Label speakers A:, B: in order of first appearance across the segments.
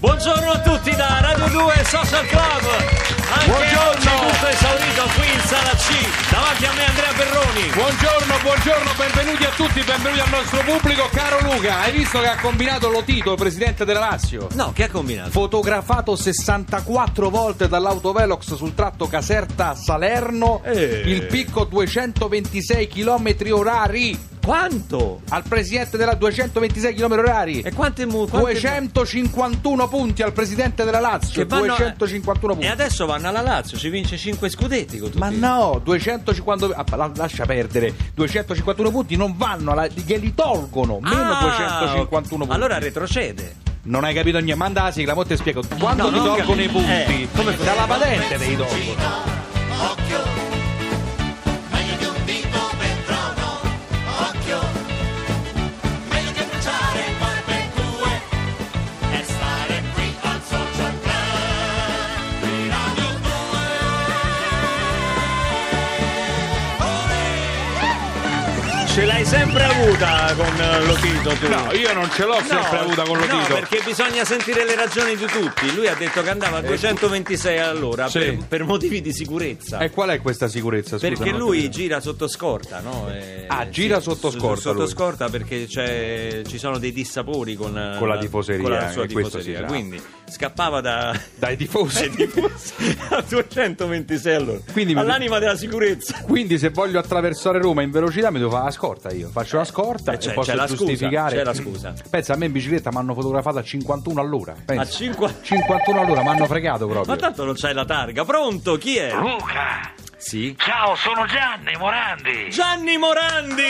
A: Buongiorno a tutti da Radio 2 Social Club. Anche
B: Buongiorno.
A: oggi tutto esaurito qui in sala C. Davanti a me Andrea Perroni.
B: Buongiorno, buongiorno, benvenuti a tutti, benvenuti al nostro pubblico. Caro Luca, hai visto che ha combinato Lotito, il presidente della Lazio?
A: No, che ha combinato?
B: Fotografato 64 volte dall'autovelox sul tratto Caserta-Salerno,
A: Eh.
B: il picco 226 km orari.
A: Quanto?
B: Al presidente della 226 km orari.
A: E quante mu... quante-
B: 251 punti al presidente della Lazio.
A: che vanno-
B: 251 punti.
A: E adesso vanno alla Lazio, si vince 5 scudetti con tutti.
B: Ma no, 250 ah, la- lascia perdere, 251 punti non vanno, alla, glieli tolgono, meno
A: Ah,
B: 251 punti.
A: Allora retrocede.
B: non hai capito niente, manda la sigla, mo ti spiego. Quando
A: No,
B: ti
A: non
B: tolgono i
A: capi-
B: punti?
A: eh, come-
B: Dalla patente dei tolgono.
C: Occhio, meglio di un dito per trono. Occhio, meglio che bruciare barbecue e stare qui al social club di Radio 2.
A: Ce l'hai sempre avuta con eh, Lotito tu.
B: No, io non ce l'ho sempre avuta con
A: no,
B: Lotito.
A: perché bisogna sentire le ragioni di tutti. Lui ha detto che andava a 226 all'ora
B: Eh. Sì.
A: per, per motivi di sicurezza.
B: E qual è questa sicurezza? Scusa,
A: Perché
B: non ho
A: lui
B: capito.
A: gira sotto scorta, no? Eh,
B: Ah, gira sotto
A: su-
B: scorta
A: Sotto
B: lui.
A: scorta perché c'è- ci sono dei dissapori con, eh,
B: Con la tifoseria,
A: con la sua
B: anche questo
A: tifoseria.
B: sì, bravo.
A: Quindi scappava da.
B: dai tifosi.
A: dai tifosi a 226 all'ora.
B: Quindi mi-
A: All'anima della sicurezza.
B: Quindi se voglio attraversare Roma in velocità mi devo fare la scorta io, faccio la scorta
A: Eh,
B: e
A: c'è-
B: posso
A: c'è la scusa,
B: giustificare.
A: c'è la scusa.
B: Pensa a me in bicicletta mi hanno fotografato a 51 all'ora.
A: A
B: pensa.
A: 50.
B: 51 all'ora mi hanno fregato proprio.
A: Ma tanto non c'hai la targa. Pronto? Chi è?
D: Luca,
A: Sì.
D: ciao, sono Gianni Morandi.
A: Gianni Morandi!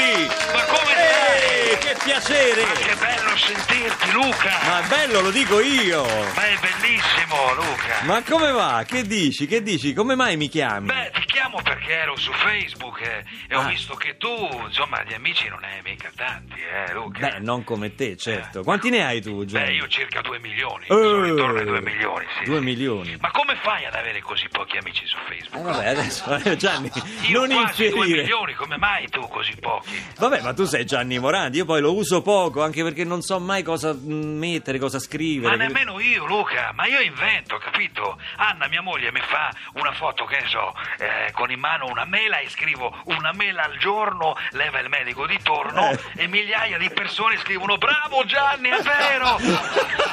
D: Ma come
A: Eh,
D: stai?
A: che piacere!
D: Che bello sentirti, Luca.
A: Ma è bello, lo dico io!
D: Ma è bellissimo, Luca.
A: Ma come va? Che dici? Che dici? Come mai mi chiami?
D: Beh, ti chiamo perché ero su Facebook eh, e
A: Ah.
D: ho visto che tu, insomma, di amici non ne hai mica tanti, eh, Luca.
A: Beh, non come te, certo. Quanti ne hai tu, Gianni?
D: Beh, io circa 2 milioni.
A: Eh.
D: Sono intorno ai 2 milioni, sì.
A: Due milioni.
D: Ma come fai ad avere così pochi amici su
A: Eh,
D: Facebook?
A: Vabbè, adesso eh, Gianni,
D: Io
A: non
D: quasi 2
A: infierire.
D: milioni, come mai tu così pochi?
A: Vabbè, ma tu sei Gianni Morandi, io poi lo uso poco, anche perché non so mai cosa mm, mettere, cosa scrivere.
D: Ma nemmeno io, Luca, ma io invento, capito? Anna, mia moglie, mi fa una foto, che ne so, eh, con in mano una mela e scrivo una mela al giorno, leva il medico di torno
A: Eh.
D: e migliaia di persone scrivono bravo Gianni, è vero!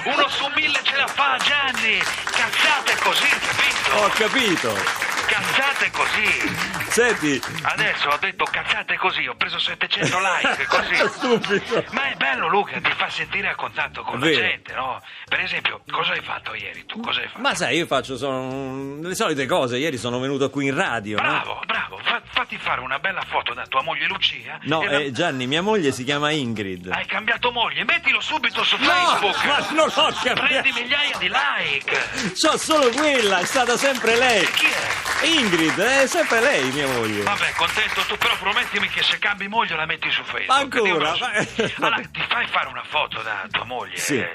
D: Uno su mille ce la fa Gianni! Cazzate così,
A: Ho
D: capito?
A: capito.
D: Cazzate così!
A: Senti,
D: Adesso ho detto cazzate così, ho preso 700 like, così.
A: stupido.
D: Ma è bello Luca, ti fa sentire a contatto con la
A: Vero.
D: gente, no? Per esempio, cosa hai fatto ieri tu? Cosa hai fatto?
A: Ma sai, io faccio sono- le solite cose. Ieri sono venuto qui in radio, no?
D: Bravo, bravo, Fa- fatti fare una bella foto da tua moglie Lucia.
A: No,
D: e la-
A: eh, Gianni, mia moglie si chiama Ingrid.
D: Hai cambiato moglie, mettilo subito su
A: No,
D: Facebook.
A: ma non ho
D: Prendi
A: capito.
D: migliaia di like.
A: C'ho solo quella, è stata sempre lei.
D: Chi è?
A: Ingrid, è sempre lei, mia moglie.
D: Vabbè, contento tu, però promettimi che se cambi moglie la metti su Facebook.
A: Ma ancora?
D: Dimmelo su-
A: Ma-
D: Allora, ti fai fare una foto da tua moglie.
A: Sì.
D: eh,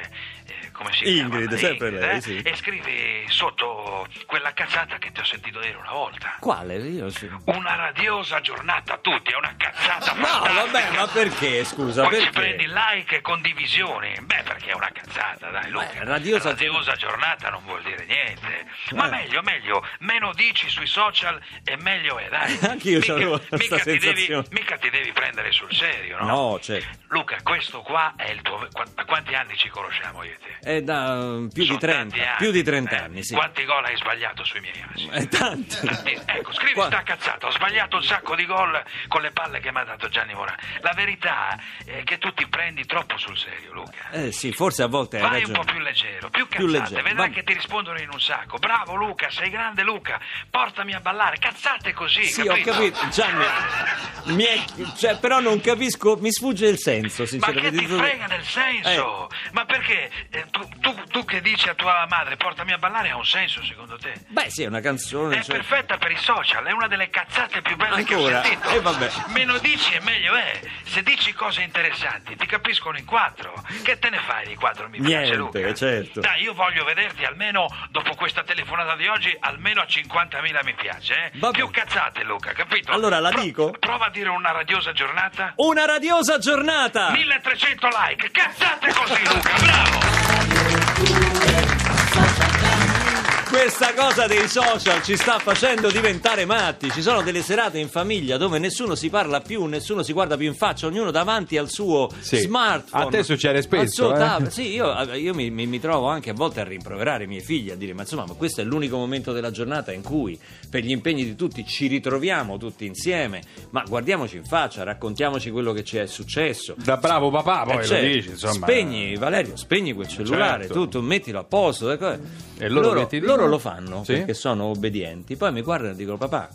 D: eh, Come si
A: Ingrid,
D: chiama?
A: sempre lei,
D: eh?
A: sì.
D: E scrivi sotto quella cazzata che ti ho sentito dire una volta.
A: Quale? Io sì.
D: Una radiosa giornata a tutti, è una cazzata
A: No,
D: fantastica.
A: vabbè, ma perché? Scusa,
D: Poi ci prendi
A: perché?
D: like e condivisioni. Beh, perché è una cazzata, dai, Luca.
A: Beh, radiosa-
D: Radiosa giornata non vuol dire niente. Ma
A: Eh.
D: meglio, meglio, meno dici sui social e meglio è, dai.
A: Anch'io c'avevo
D: mica,
A: questa
D: mica ti devi,
A: sensazione.
D: mica ti devi prendere sul serio, no?
A: No, certo.
D: Luca, questo qua è il tuo. qua- Da quanti anni ci conosciamo io e te?
A: È da um, più
D: Sono
A: di 30,
D: tanti anni,
A: più di 30
D: eh.
A: anni, sì.
D: Quanti gol hai sbagliato sui miei assi?
A: È tanti.
D: Tanti- Ecco, scrivi
A: Qua-
D: sta cazzata, ho sbagliato un sacco di gol con le palle che mi ha dato Gianni Morano. La verità è che tu ti prendi troppo sul serio, Luca.
A: Eh sì, forse a volte hai
D: Vai un po'
A: ragione.
D: più leggero, più cazzate,
A: Più leggero,
D: vedrai
A: va-
D: che ti rispondono in un sacco. Bravo Luca, sei grande Luca, portami a ballare, cazzate così,
A: Sì, ho
D: capito?
A: capito, Gianni. mi è- cioè, però non capisco, mi sfugge il senso,
D: Ma che
A: sinceramente.
D: ti frega nel senso? Ma perché eh, tu, tu- tu che dici a tua madre portami a ballare ha un senso secondo te?
A: Beh, sì, è una canzone.
D: È
A: cioè-
D: perfetta per i social, è una delle cazzate più belle
A: Ancora?
D: che ho sentito.
A: Eh, vabbè.
D: Meno dici e meglio è. Se dici cose interessanti, ti capiscono in quattro. Che te ne fai di quattro mi piace,
A: Niente,
D: Luca?
A: certo.
D: Dai, io voglio vederti almeno dopo questa telefonata di oggi, almeno a 50.000 mi piace, eh?
A: Va
D: Più
A: bene.
D: cazzate, Luca, capito?
A: Allora, la dico?
D: Prova a dire una radiosa giornata.
A: Una radiosa giornata!
D: 1300 like, cazzate così, Luca, bravo!
A: Questa cosa dei social ci sta facendo diventare matti. Ci sono delle serate in famiglia dove nessuno si parla più, nessuno si guarda più in faccia, ognuno davanti al suo
B: Sì.
A: smartphone.
B: A te succede
A: al
B: spesso,
A: suo
B: eh?
A: tab- Sì, io, io mi, mi- mi trovo anche a volte a rimproverare i miei figli, a dire: Ma insomma, ma questo è l'unico momento della giornata in cui per gli impegni di tutti ci ritroviamo tutti insieme. Ma guardiamoci in faccia, raccontiamoci quello che ci è successo.
B: Da bravo papà Ah, poi
A: Eh,
B: lo
A: certo.
B: dici, insomma. eh.
A: Spegni, Valerio, spegni quel cellulare,
B: Certo.
A: tutto, mettilo a posto. le cose.
B: E loro che ti dicono?
A: loro lo fanno
B: Sì?
A: perché sono obbedienti. Poi mi guardano e dicono: Papà,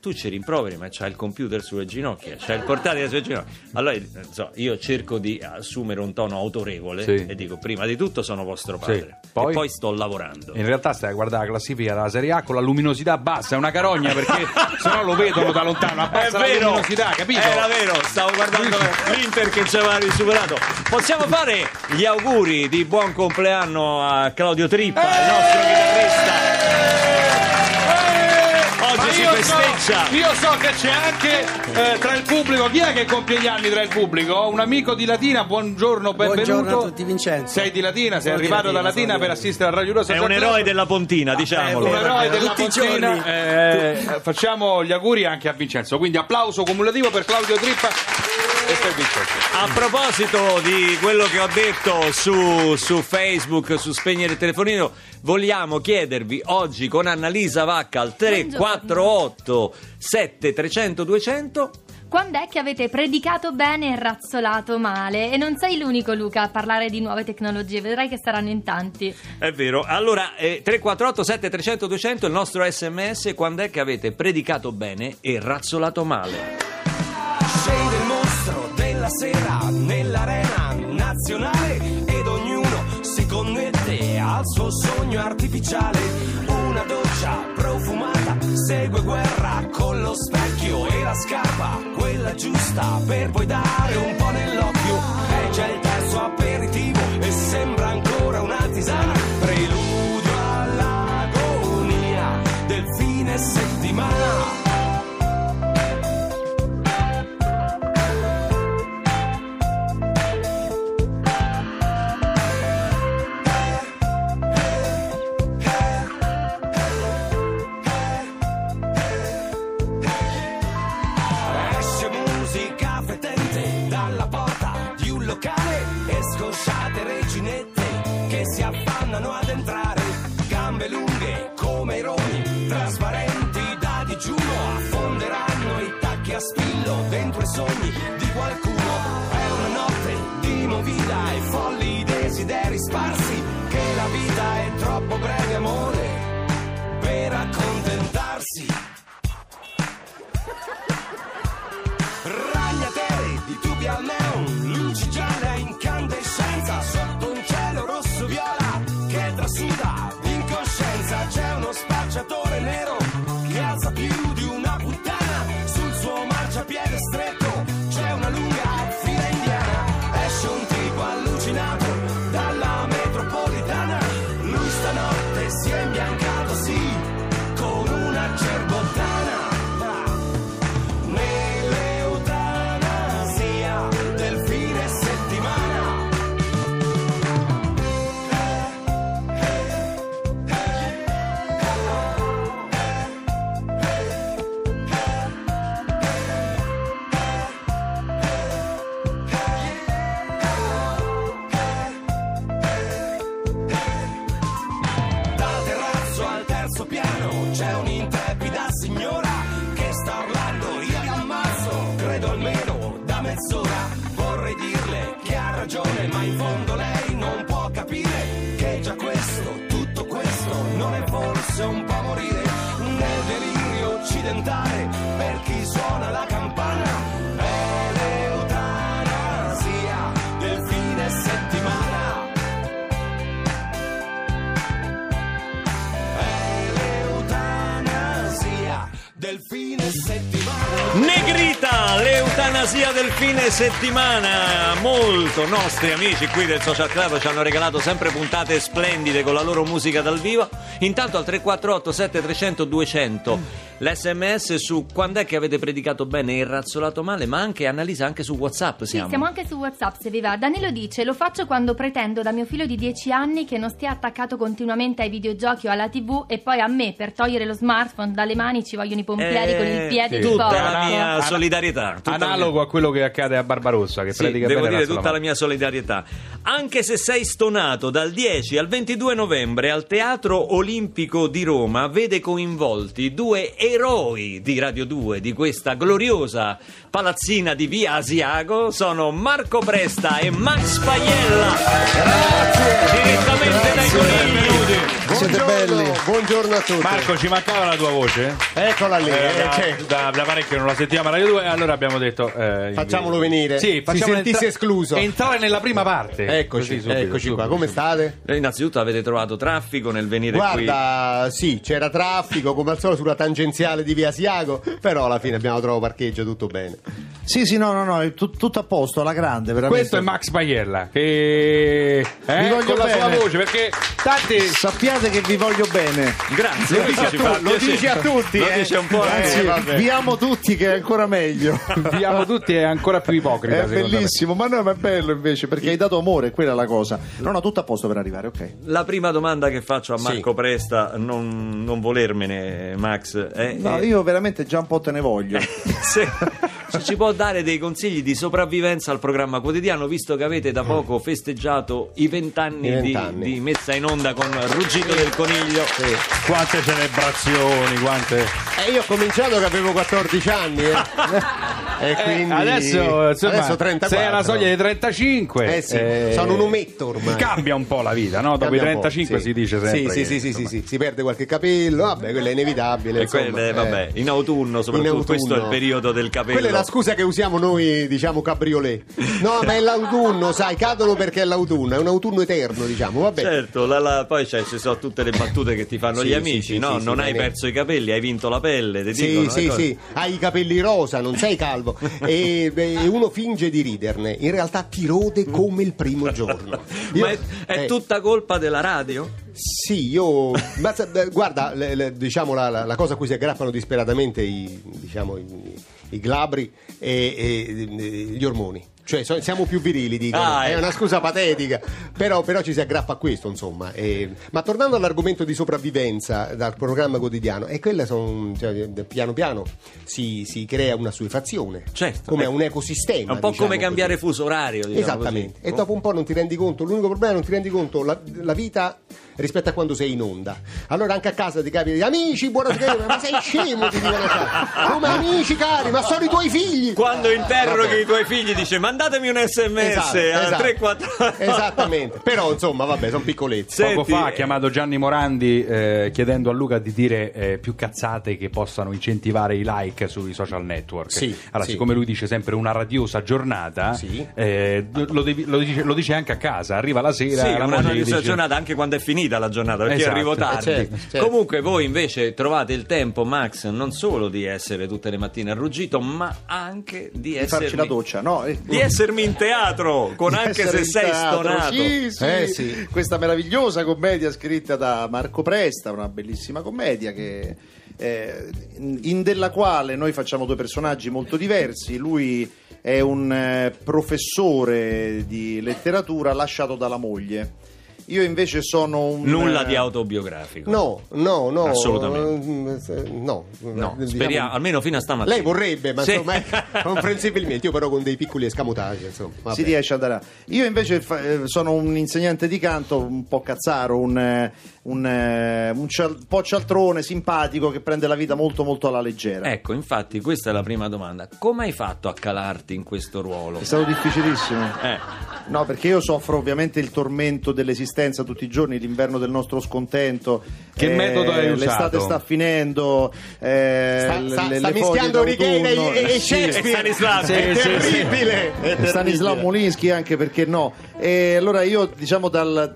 A: tu ci rimproveri, ma c'hai il computer sulle ginocchia, c'hai il portatile sulle ginocchia. Allora eh, so, io cerco di assumere un tono autorevole
B: Sì.
A: e dico: Prima di tutto sono vostro
B: Sì.
A: padre,
B: Poi?
A: e poi sto lavorando.
B: eh. In realtà stai a guardare la classifica della Serie A con la luminosità bassa, è una carogna perché sennò lo vedono da lontano, abbassa la luminosità, capito?
A: Era vero, stavo guardando l'Inter che ci aveva risuperato. Possiamo fare gli auguri di buon compleanno a Claudio Trippa, il nostro
B: Eh!
A: chitarrista.
B: Ma
A: Oggi si
B: Eh! io
A: festeggia.
B: So, io so che c'è anche eh, tra il pubblico, chi è che compie gli anni tra il pubblico? Un amico di Latina, buongiorno, benvenuto.
E: Buongiorno a tutti, Vincenzo.
B: Sei di Latina, sei
E: Sono di
B: arrivato
E: Latina,
B: da Latina
E: sono di
B: per assistere al Radio Rosa.
A: È un eroe della
B: Eh,
A: Pontina,
E: è
B: Un
A: diciamolo.
E: vero.
B: eroe della
E: Tutti i
B: Pontina.
E: giorni.
B: Eh, facciamo gli auguri anche a Vincenzo. Quindi applauso cumulativo per Claudio Trippa e per Vincenzo.
A: A proposito di quello che ho detto su, su Facebook, su Spegnere il telefonino, vogliamo chiedervi oggi con Annalisa Vacca al 348 7300 200
F: Quando è che avete predicato bene e razzolato male? E non sei l'unico, Luca, a parlare di nuove tecnologie, vedrai che saranno in tanti.
A: È vero, allora eh, 348 7300 200 il nostro sms quando è che avete predicato bene e razzolato male?
G: Scende il mostro della sera nell'arena nazionale ed ognuno si connette al suo sogno artificiale. Una doccia profumata segue guerra con lo specchio e la scarpa, quella giusta per poi dare un po' nell'occhio. È già il terzo aperitivo e sembra ancora un'artisana. Preludio all'agonia del fine settimana. Esce musica fetente dalla porta di un locale e scosciate reginette che si affannano ad entrare. Gambe lunghe come i roni, trasparenti da digiuno, affonderanno i tacchi a spillo dentro i sogni di qualcuno. È una notte di movida e folli desideri sparsi, che la vita è troppo breve amore per accontentarsi. Ragnatele di tubi al neon, luci gialle a incandescenza sotto un cielo rosso viola che trasuda d'incoscienza. C'è uno spacciatore nero che alza più di una puttana sul suo marciapiede stretto. C'è una lunga fila indiana. Esce un tipo allucinato dalla metropolitana. Lui stanotte si è imbiancato, sì, con una cerbottana nell'eutanasia del fine settimana. Dal terrazzo al terzo piano c'è un'intrepida signora che sta urlando io vi ammazzo, credo almeno da mezz'ora. Vorrei dirle che ha ragione, ma in fondo lei non può capire che già questo, tutto questo, non è forse un po' morire nel delirio occidentale per chi suona la campana. È l'eutanasia del fine settimana. l'eutanasia del fine settimana.
A: Negrita, l'eutanasia del fine settimana. Molto nostri amici qui del Social Club ci hanno regalato sempre puntate splendide con la loro musica dal vivo. Intanto al 348 7300 200
F: Mm.
A: l'SMS su quando è che avete predicato bene e razzolato male, ma anche analisa anche su WhatsApp
F: Sì,
A: siamo.
F: siamo anche su WhatsApp se vi va. Danilo dice: Lo faccio quando pretendo da mio figlio di 10 anni che non stia attaccato continuamente ai videogiochi o alla TV e poi a me per togliere lo smartphone dalle mani ci vogliono i pompieri
A: Eh,
F: con il piede di
A: tutta
F: porco.
A: la mia
B: Ana-
A: solidarietà. tutta la mia-
B: Analogo a quello che accade a Barbarossa, che
A: Sì,
B: pratica
A: devo
B: bene
A: dire
B: razza alla
A: tutta la
B: mano.
A: mia solidarietà. Anche se sei stonato dal 10 al 22 novembre al Teatro Olimpico di Roma, vede coinvolti due eroi di Radio 2 di questa gloriosa palazzina di Via Asiago, sono Marco Presta e Max Paiella. Direttamente dai conigli.
E: Siete belli. Buongiorno a tutti.
H: Marco, ci mancava la tua voce?
E: Eccola lì.
H: Eh,
E: eh,
H: da,
E: c'è.
H: da- da parecchio non la sentivamo a Radio 2, allora abbiamo detto... eh,
E: Facciamolo
H: invece-
E: venire.
H: Sì,
E: Si
H: facciamo
E: sentisse
H: entra-
E: escluso.
H: Entrare nella prima parte.
E: Eccoci,
H: Così, subito,
E: eccoci
H: subito.
E: qua. Come state?
A: Eh, Innanzitutto avete trovato traffico nel venire qui.
E: Guarda, sì, c'era traffico come al solito sulla tangenziale di Via Asiago, però alla fine abbiamo trovato parcheggio tutto bene.
I: Sì, sì, no, no, no, è tut- tutto a posto, alla grande, veramente.
H: Questo è Max Paiella, che... Eh,
I: voglio
H: con la sua
I: bene.
H: voce, perché tanti...
I: Sappiate che vi voglio bene.
A: Grazie,
E: Lo dici
A: questo
E: a
A: ci
E: tu-
A: fa
E: lo
A: piacere.
E: dici a tutti,
A: Lo
E: eh.
A: dice un po' a
E: Eh,
I: Anzi,
A: tutti.
E: vabbè.
I: vi amo tutti che è ancora meglio.
H: Vi amo tutti, è ancora più ipocrita.
I: È
H: secondo me.
I: bellissimo, ma no, ma è bello invece perché hai dato amore, quella è la cosa. No, no, tutto a posto per arrivare, ok.
A: La prima domanda che faccio a
E: Sì.
A: Marco Presta, non, non volermene, Max, è,
I: No,
A: è-
I: Ah, io veramente già un po' te ne voglio.
A: se se ci può dare dei consigli di sopravvivenza al programma quotidiano, visto che avete da poco festeggiato i vent'anni,
E: I
A: di-
E: vent'anni.
A: Di, messa in onda con Ruggito del Coniglio.
H: Quante celebrazioni, quante...
E: E Eh, io ho cominciato che avevo 14 anni, eh. e
H: Eh,
E: quindi
H: adesso, insomma,
E: adesso 34.
H: sei alla soglia dei 35.
E: Eh sì, sono un ometto ormai.
H: Cambia un po' la vita, no? Dopo i
E: Cambia un po',
H: 35
E: sì.
H: si dice sempre.
E: Sì, sì, sì, sì,
H: che,
E: sì,
H: insomma,
E: sì, si perde qualche capello, vabbè, quello è inevitabile.
A: E
E: insomma,
A: quelle-
E: eh.
A: vabbè, in autunno soprattutto,
E: In autunno.
A: questo è il periodo del capello.
E: Quella è la scusa che usiamo noi, diciamo, cabriolet. No, ma è l'autunno, sai, cadono perché è l'autunno, è un autunno eterno, diciamo, vabbè.
A: Certo, la- la- poi c'è- ci sono tutte le battute che ti fanno
E: Sì,
A: gli amici,
E: sì, sì,
A: no?
E: sì,
A: non
E: sì,
A: hai
E: bene.
A: perso i capelli, hai vinto la pelle, ti
E: Sì,
A: dicono,
E: sì,
A: ecco.
E: sì, hai i capelli rosa, non sei calvo e beh, uno finge di riderne, in realtà ti rode come il primo giorno. Io-
A: Ma è, è
E: eh,
A: tutta colpa della radio?
E: Sì, io. ma sa- eh, guarda, le- le- diciamo la, la- la cosa a cui si aggrappano disperatamente i, diciamo, i, i glabri e, e, eh, gli ormoni. Cioè, so- siamo più virili, dicono.
A: Ah,
E: è
A: ecco.
E: una scusa patetica, però, però ci si aggrappa a questo, insomma. E- ma tornando all'argomento di sopravvivenza dal programma quotidiano, e quella son- cioè, piano piano si, si crea una suefazione,
A: Certo.
E: come
A: Eh,
E: un ecosistema.
A: È un po'
E: diciamo
A: come cambiare
E: così.
A: fuso orario. diciamo
E: Esattamente,
A: così.
E: e dopo un po' non ti rendi conto, l'unico problema è non ti rendi conto la, la vita rispetto a quando sei in onda. Allora anche a casa ti capita, amici, buonasera, ma sei scemo, ti dicono a casa. Come amici cari, ma sono i tuoi figli.
A: Oh. Quando interroghi
E: vabbè.
A: i eh, tuoi figli dice mandatemi un sms
E: Esatto,
A: al
E: esatto.
A: 34
E: Esattamente, però insomma vabbè, sono piccolezze.
H: Poco
A: Senti,
H: fa ha
A: eh,
H: chiamato Gianni Morandi eh, chiedendo a Luca di dire eh, più cazzate che possano incentivare i like sui social network.
E: Sì,
H: allora,
E: sì.
H: siccome lui dice sempre una radiosa giornata,
E: Sì.
H: eh, d- lo, devi- lo dice, lo dice anche a casa. Arriva la sera,
A: Sì,
H: la
A: una
H: moglie gli
A: noiosa
H: dice-
A: giornata anche quando è finita la giornata perché
H: Esatto.
A: arrivo
H: Eh,
A: tardi.
E: certo, certo.
A: Comunque voi invece trovate il tempo, Max, non solo di essere tutte le mattine arruggito, ma anche di,
I: Di
A: essermi,
I: farci la doccia, no? eh.
A: di essermi in teatro, con
I: Di
A: anche
I: essere
A: se
I: in
A: sei
I: teatro,
A: stonato.
I: Sì, sì.
E: Eh, sì.
I: Questa meravigliosa commedia scritta da Marco Presta, una bellissima commedia che, eh, in della quale noi facciamo due personaggi molto diversi. Lui è un eh, professore di letteratura lasciato dalla moglie. Io invece sono un eh,
A: Nulla di autobiografico.
E: No, no, no.
A: Assolutamente.
E: eh, No,
A: No,
E: Diciamo-
A: speriamo, almeno fino a stamattina.
E: Lei vorrebbe, ma
A: Sì.
E: insomma, eh, comprensibilmente, io però con dei piccoli escamotaggi, insomma. vabbè.
I: si riesce ad andare. Io invece fa- eh, sono un insegnante di canto un po' cazzaro, un, eh, un, eh, un cial- po' cialtrone, simpatico che prende la vita molto molto alla leggera.
A: Ecco, infatti, questa è la prima domanda. Come hai fatto a calarti in questo ruolo?
I: È stato difficilissimo.
A: Eh.
I: No, perché io soffro ovviamente il tormento dell'esistenza tutti i giorni, l'inverno del nostro scontento. Eh,
H: Che metodo hai usato?
I: L'estate sta finendo. eh,
E: Sta,
I: le-
E: sta-
I: le-
E: sta
I: le foglie
E: mischiando Righiera e,
I: d'autunno.
E: e- e
I: Sì.
E: Shakespeare.
A: Stanislavski.
E: È
A: Sì, sì, sì.
E: terribile. è
I: E Stanislao
E: terribile.
I: Molinsky anche perché no e allora io diciamo dal,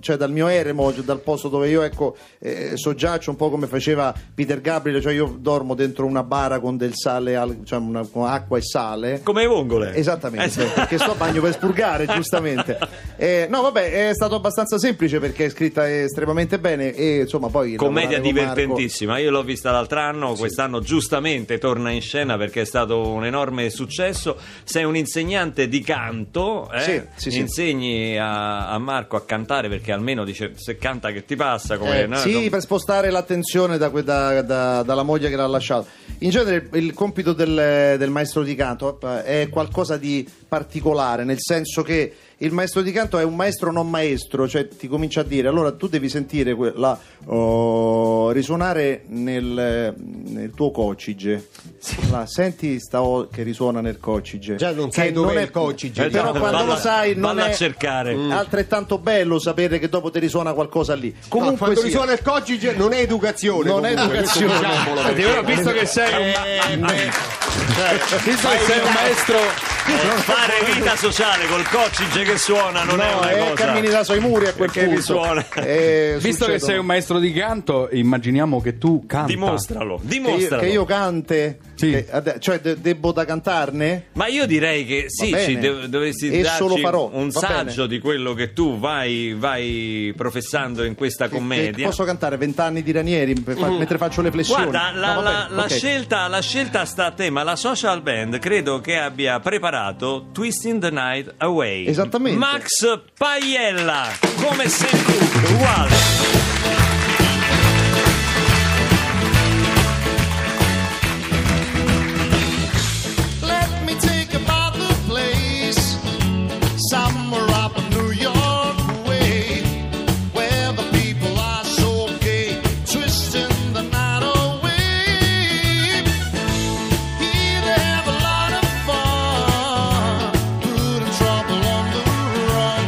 I: cioè dal mio eremo cioè dal posto dove io ecco eh, soggiaccio un po' come faceva Peter Gabriel cioè io dormo dentro una bara con del sale al- cioè una- con acqua e sale
A: Come le vongole.
I: Esattamente,
A: Eh, sì.
I: perché sto a bagno per spurgare, giustamente. Eh, no, vabbè, è stato abbastanza semplice perché è scritta estremamente bene e insomma poi...
A: Commedia
I: lavorare con Marco-
A: divertentissima, io l'ho vista l'altro anno, quest'anno giustamente torna in scena perché è stato un enorme successo. Sei un insegnante di canto, eh?
I: Sì, sì, sì.
A: insegni a, a Marco a cantare perché almeno dice se canta che ti passa. Come,
I: Eh,
A: no?
I: sì,
A: Com-
I: per spostare l'attenzione da que- da- da- dalla moglie che l'ha lasciato. In genere il compito del, del maestro di canto eh, è qualcosa di particolare, nel senso che il maestro di canto è un maestro non maestro, cioè ti comincia a dire allora tu devi sentire que- la oh, risuonare nel, nel tuo coccige. La senti sta O che risuona nel coccige.
E: Già non
I: Che
E: sai dov'è
I: è-
E: il diciamo. coccige.
A: Eh,
I: Però
A: no,
I: quando
A: valla-
I: lo sai non
A: valla
I: è
A: a cercare.
I: Mm. altrettanto bello sapere che dopo ti risuona qualcosa lì.
E: Comunque,
I: Comunque
E: quando
I: sia-
E: risuona il cogige non è educazione.
I: Non è
E: comunque, questo
I: educazione.
E: diciamolo,
I: Senti,
E: perché-
B: ora, visto che sei
E: Eh, beh,
B: Visto che sei un maestro,
A: Eh, fare vita sociale col coccige che suona non è
I: No,
A: una
I: eh,
A: cosa.
I: cammini da sui muri a quel
A: Perché
I: punto.
A: risuona.
I: Eh,
H: Visto che
I: succedono.
H: sei un maestro di canto, immaginiamo che tu canti.
A: Dimostralo,
I: Che io-
A: dimostralo.
I: Che io cante,
H: Sì.
I: Che- ade- cioè de- debbo da cantarne?
A: Ma io direi che sì,
I: bene.
A: ci dov- dovresti
I: Esso
A: darci
I: lo farò,
A: un
I: va
A: saggio di quello che tu vai, vai professando in questa
I: Che- che
A: commedia.
I: Eh,
A: Mm.
I: posso cantare vent'anni di Ranieri per fa- mentre faccio le flessioni?
A: Guarda, la,
I: No, va
A: la-
I: bene,
A: la
I: ok.
A: scelta, la scelta sta a te, ma la social band credo che abbia preparato Twisting the Night Away.
I: Esattamente.
A: Max Paiella, come sei tu, uguale.
C: Let me take about the place somewhere up New York way where the people are so gay, twisting the night away. Here they have a lot of fun, putting trouble on the run.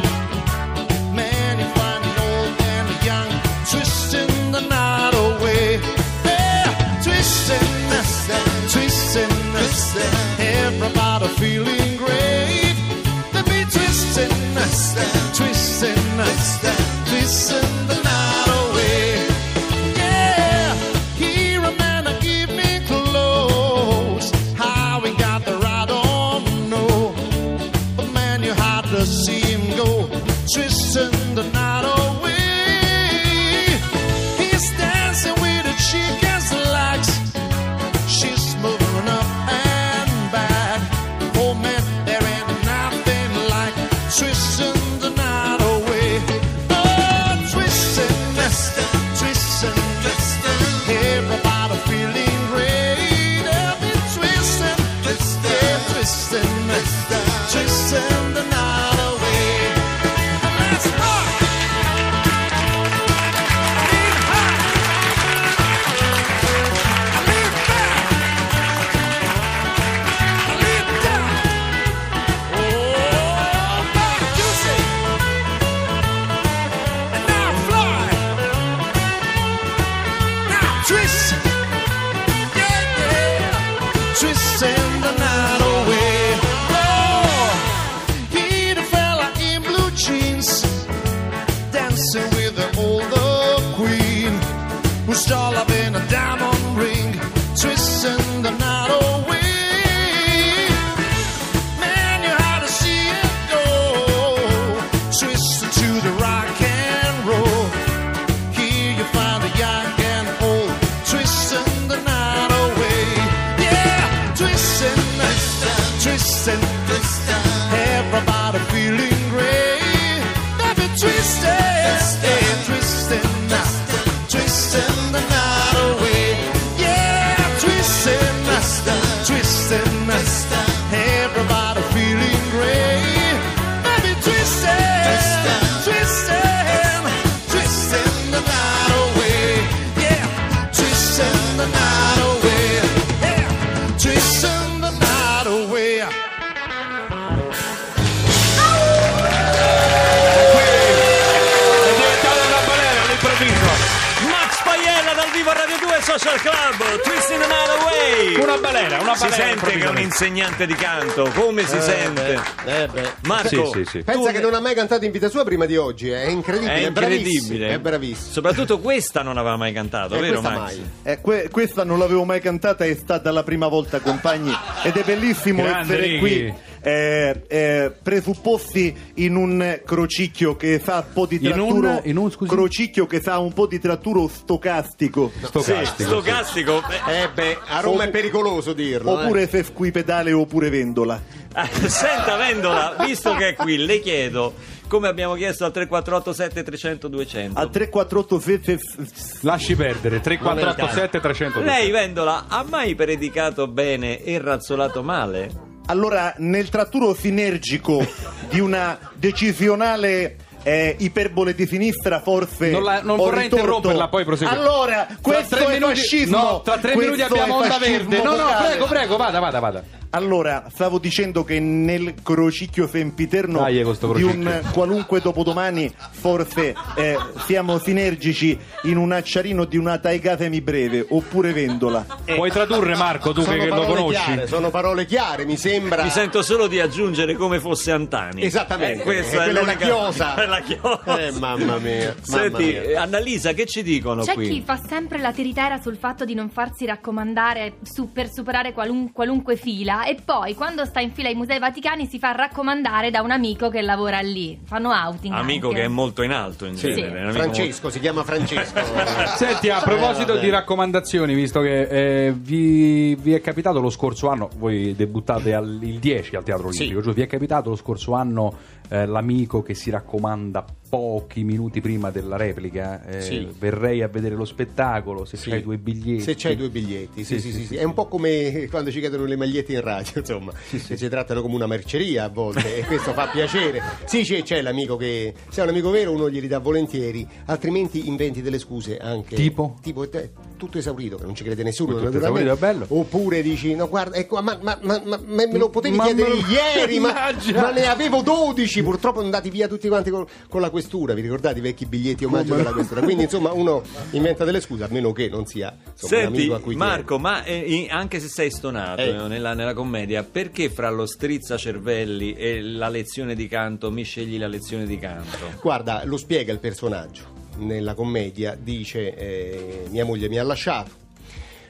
C: Man, you find an old and a young, twisting the night away. Yeah, twisting, twisting, everybody feeling great. They be twisting, twisting, twisting the night away. Yeah, here a man to give me clothes. How he got there, I don't know. But man, you had to see him go, twisting the night away. He's dancing with a chick as he likes. She's moving up and back. Oh man, there ain't nothing like twisting the night away. Oh, twisting, twisting, twisting. Everybody feeling great. They'll be twisting, yeah, twisting, twisting the night away. Let's rock. Lean high. Lean back. Lean down. Oh, back, juicy. And now fly. Now twist. Yeah, yeah. Twist and the night away. Oh, he the fella in blue jeans dancing with the older queen who's doll up in a diamond ring twisting the night away man you had to see it go twisting to the rock and roll here you find the young and old twisting the night away yeah twisting twisting everybody feeling great They've been twisting yeah, twisting twisting the night away yeah twisting twisting everybody feeling great They've been twisting twisting twisting the night away yeah twisting the night away yeah twisting the night away
B: è diventata una balena all'improvviso.
A: Max Paiella dal vivo a Radio 2 Social Club, Twisting the Night Away.
B: Una balena, una
A: Si sente
B: balena
A: che è un
B: improvvisamente.
A: insegnante di canto, come si sente?
E: eh, beh.
H: Sì,
A: Marco,
H: sì, sì.
E: Pensa che non ha mai cantato in vita sua prima di oggi, eh, è incredibile,
A: è
E: è, bravissimo,
A: incredibile.
E: è bravissimo.
A: Soprattutto questa non aveva mai cantato,
E: E
A: vero
E: questa
A: Max?
E: mai.
I: Eh, que- questa non l'avevo mai cantata, è stata la prima volta, compagni, ed è bellissimo
H: Grande,
I: essere
H: Righi.
I: qui.
H: eh, eh, presupposti in un crocicchio che fa un po' di
B: In un-
H: tratturo
B: in un, scusi?
H: crocicchio che fa un po' di tratturo stocastico
B: Stocastico.
A: Stocastico. beh,
E: Eh beh, a Roma è pericoloso dirlo. eh.
H: oppure fefquipedale oppure vendola
A: eh, Senta Vendola, visto che è qui, le chiedo, come abbiamo chiesto al 3487 300 200.
H: al 348 fe- fe- fe-
B: Lasci perdere 3487 300.
A: Lei Vendola ha mai predicato bene e razzolato male?
H: allora nel tratturo sinergico di una decisionale eh, iperbole di sinistra forse
B: Non la- non
H: ho
B: vorrei
H: ritorto.
B: interromperla, poi prosegue.
H: allora
B: Tra
H: questo
B: tre
H: è
B: minuti-
H: fascismo
B: No, tra tre minuti
H: questo è
B: abbiamo onda
H: fascismo
B: verde. No, no,
H: totale.
B: prego, prego, vada, vada, vada.
H: Allora, stavo dicendo che nel crocicchio sempiterno
B: Dai, con sto
H: di
B: crocicchio.
H: un qualunque dopodomani, forse eh, siamo sinergici in un acciarino di una taigatemi breve, oppure vendola.
B: Puoi tradurre Marco, tu che,
E: Sono
B: che lo
E: parole
B: conosci?
E: chiare, sono parole chiare, mi sembra.
A: Mi sento solo di aggiungere come fosse Antani.
E: Esattamente,
A: Eh, questa
E: eh,
A: è
E: quella è la
A: l'unica-
E: chiosa.
A: è la chiosa.
E: Eh, mamma mia. mamma
A: Senti,
E: mia.
A: eh, Annalisa, che ci dicono
F: C'è
A: qui?
F: chi fa sempre la tiritera sul fatto di non farsi raccomandare su- per superare qualun- qualunque fila e poi quando sta in fila ai Musei Vaticani si fa raccomandare da un amico che lavora lì. Fanno outing.
A: Amico
F: anche.
A: che è molto in alto in
F: Sì.
A: genere. un amico
E: Francesco, si chiama Francesco.
B: Senti, a proposito
E: Eh, vabbè.
B: di raccomandazioni, visto che eh, vi, vi è capitato lo scorso anno, voi debuttate al, il 10 al Teatro
E: Sì.
B: Olimpico, giusto? vi è capitato lo scorso anno eh, l'amico che si raccomanda pochi minuti prima della replica? Eh,
E: Sì.
B: Verrei a vedere lo spettacolo, se
E: Sì.
B: c'hai due biglietti.
E: Se c'hai due biglietti, sì, sì, sì, sì. È un po' come quando ci chiedono le magliette in radio, insomma, che ci trattano come una merceria a volte e questo fa piacere. Sì, c'è, c'è l'amico che, se è un amico vero uno glieli dà volentieri, altrimenti inventi delle scuse anche.
B: Tipo?
E: Tipo, eh, tutto esaurito, che non ci crede nessuno.
B: Tutto
E: naturalmente.
B: esaurito, è bello.
E: Oppure dici, no guarda, ecco, ma, ma- ma- ma- ma me lo potevi
B: Ma me
E: chiedere
B: lo-
E: ieri, ma,
B: Mannaggia!
E: ma ne avevo 12, purtroppo sono andati via tutti quanti con, con la questura, vi ricordate i vecchi biglietti omaggio della questura? Quindi insomma uno inventa delle scuse, a meno che non sia insomma, un
A: Senti
E: amico a cui
A: Marco, ma eh, in- anche se sei stonato
E: Eh.
A: eh, nella, nella commedia, perché fra lo strizza cervelli e la lezione di canto mi scegli la lezione di canto?
E: chiedere. Guarda, lo spiega il personaggio nella commedia, dice eh, mia moglie mi ha lasciato.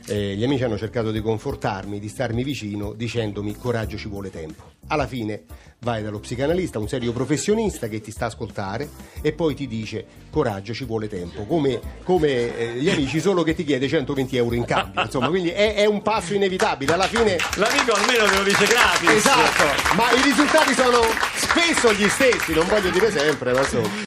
E: eh, gli amici hanno cercato di confortarmi, di starmi vicino, dicendomi coraggio ci vuole tempo. Alla fine vai dallo psicanalista, un serio professionista che ti sta a ascoltare e poi ti dice coraggio ci vuole tempo, come, come, eh, gli amici solo che ti chiede 120 euro in cambio. Insomma, quindi è- è un passo inevitabile. Alla fine
A: L'amico almeno te lo dice gratis.
E: Esatto, ma i risultati sono spesso gli stessi, non voglio dire sempre, ma insomma.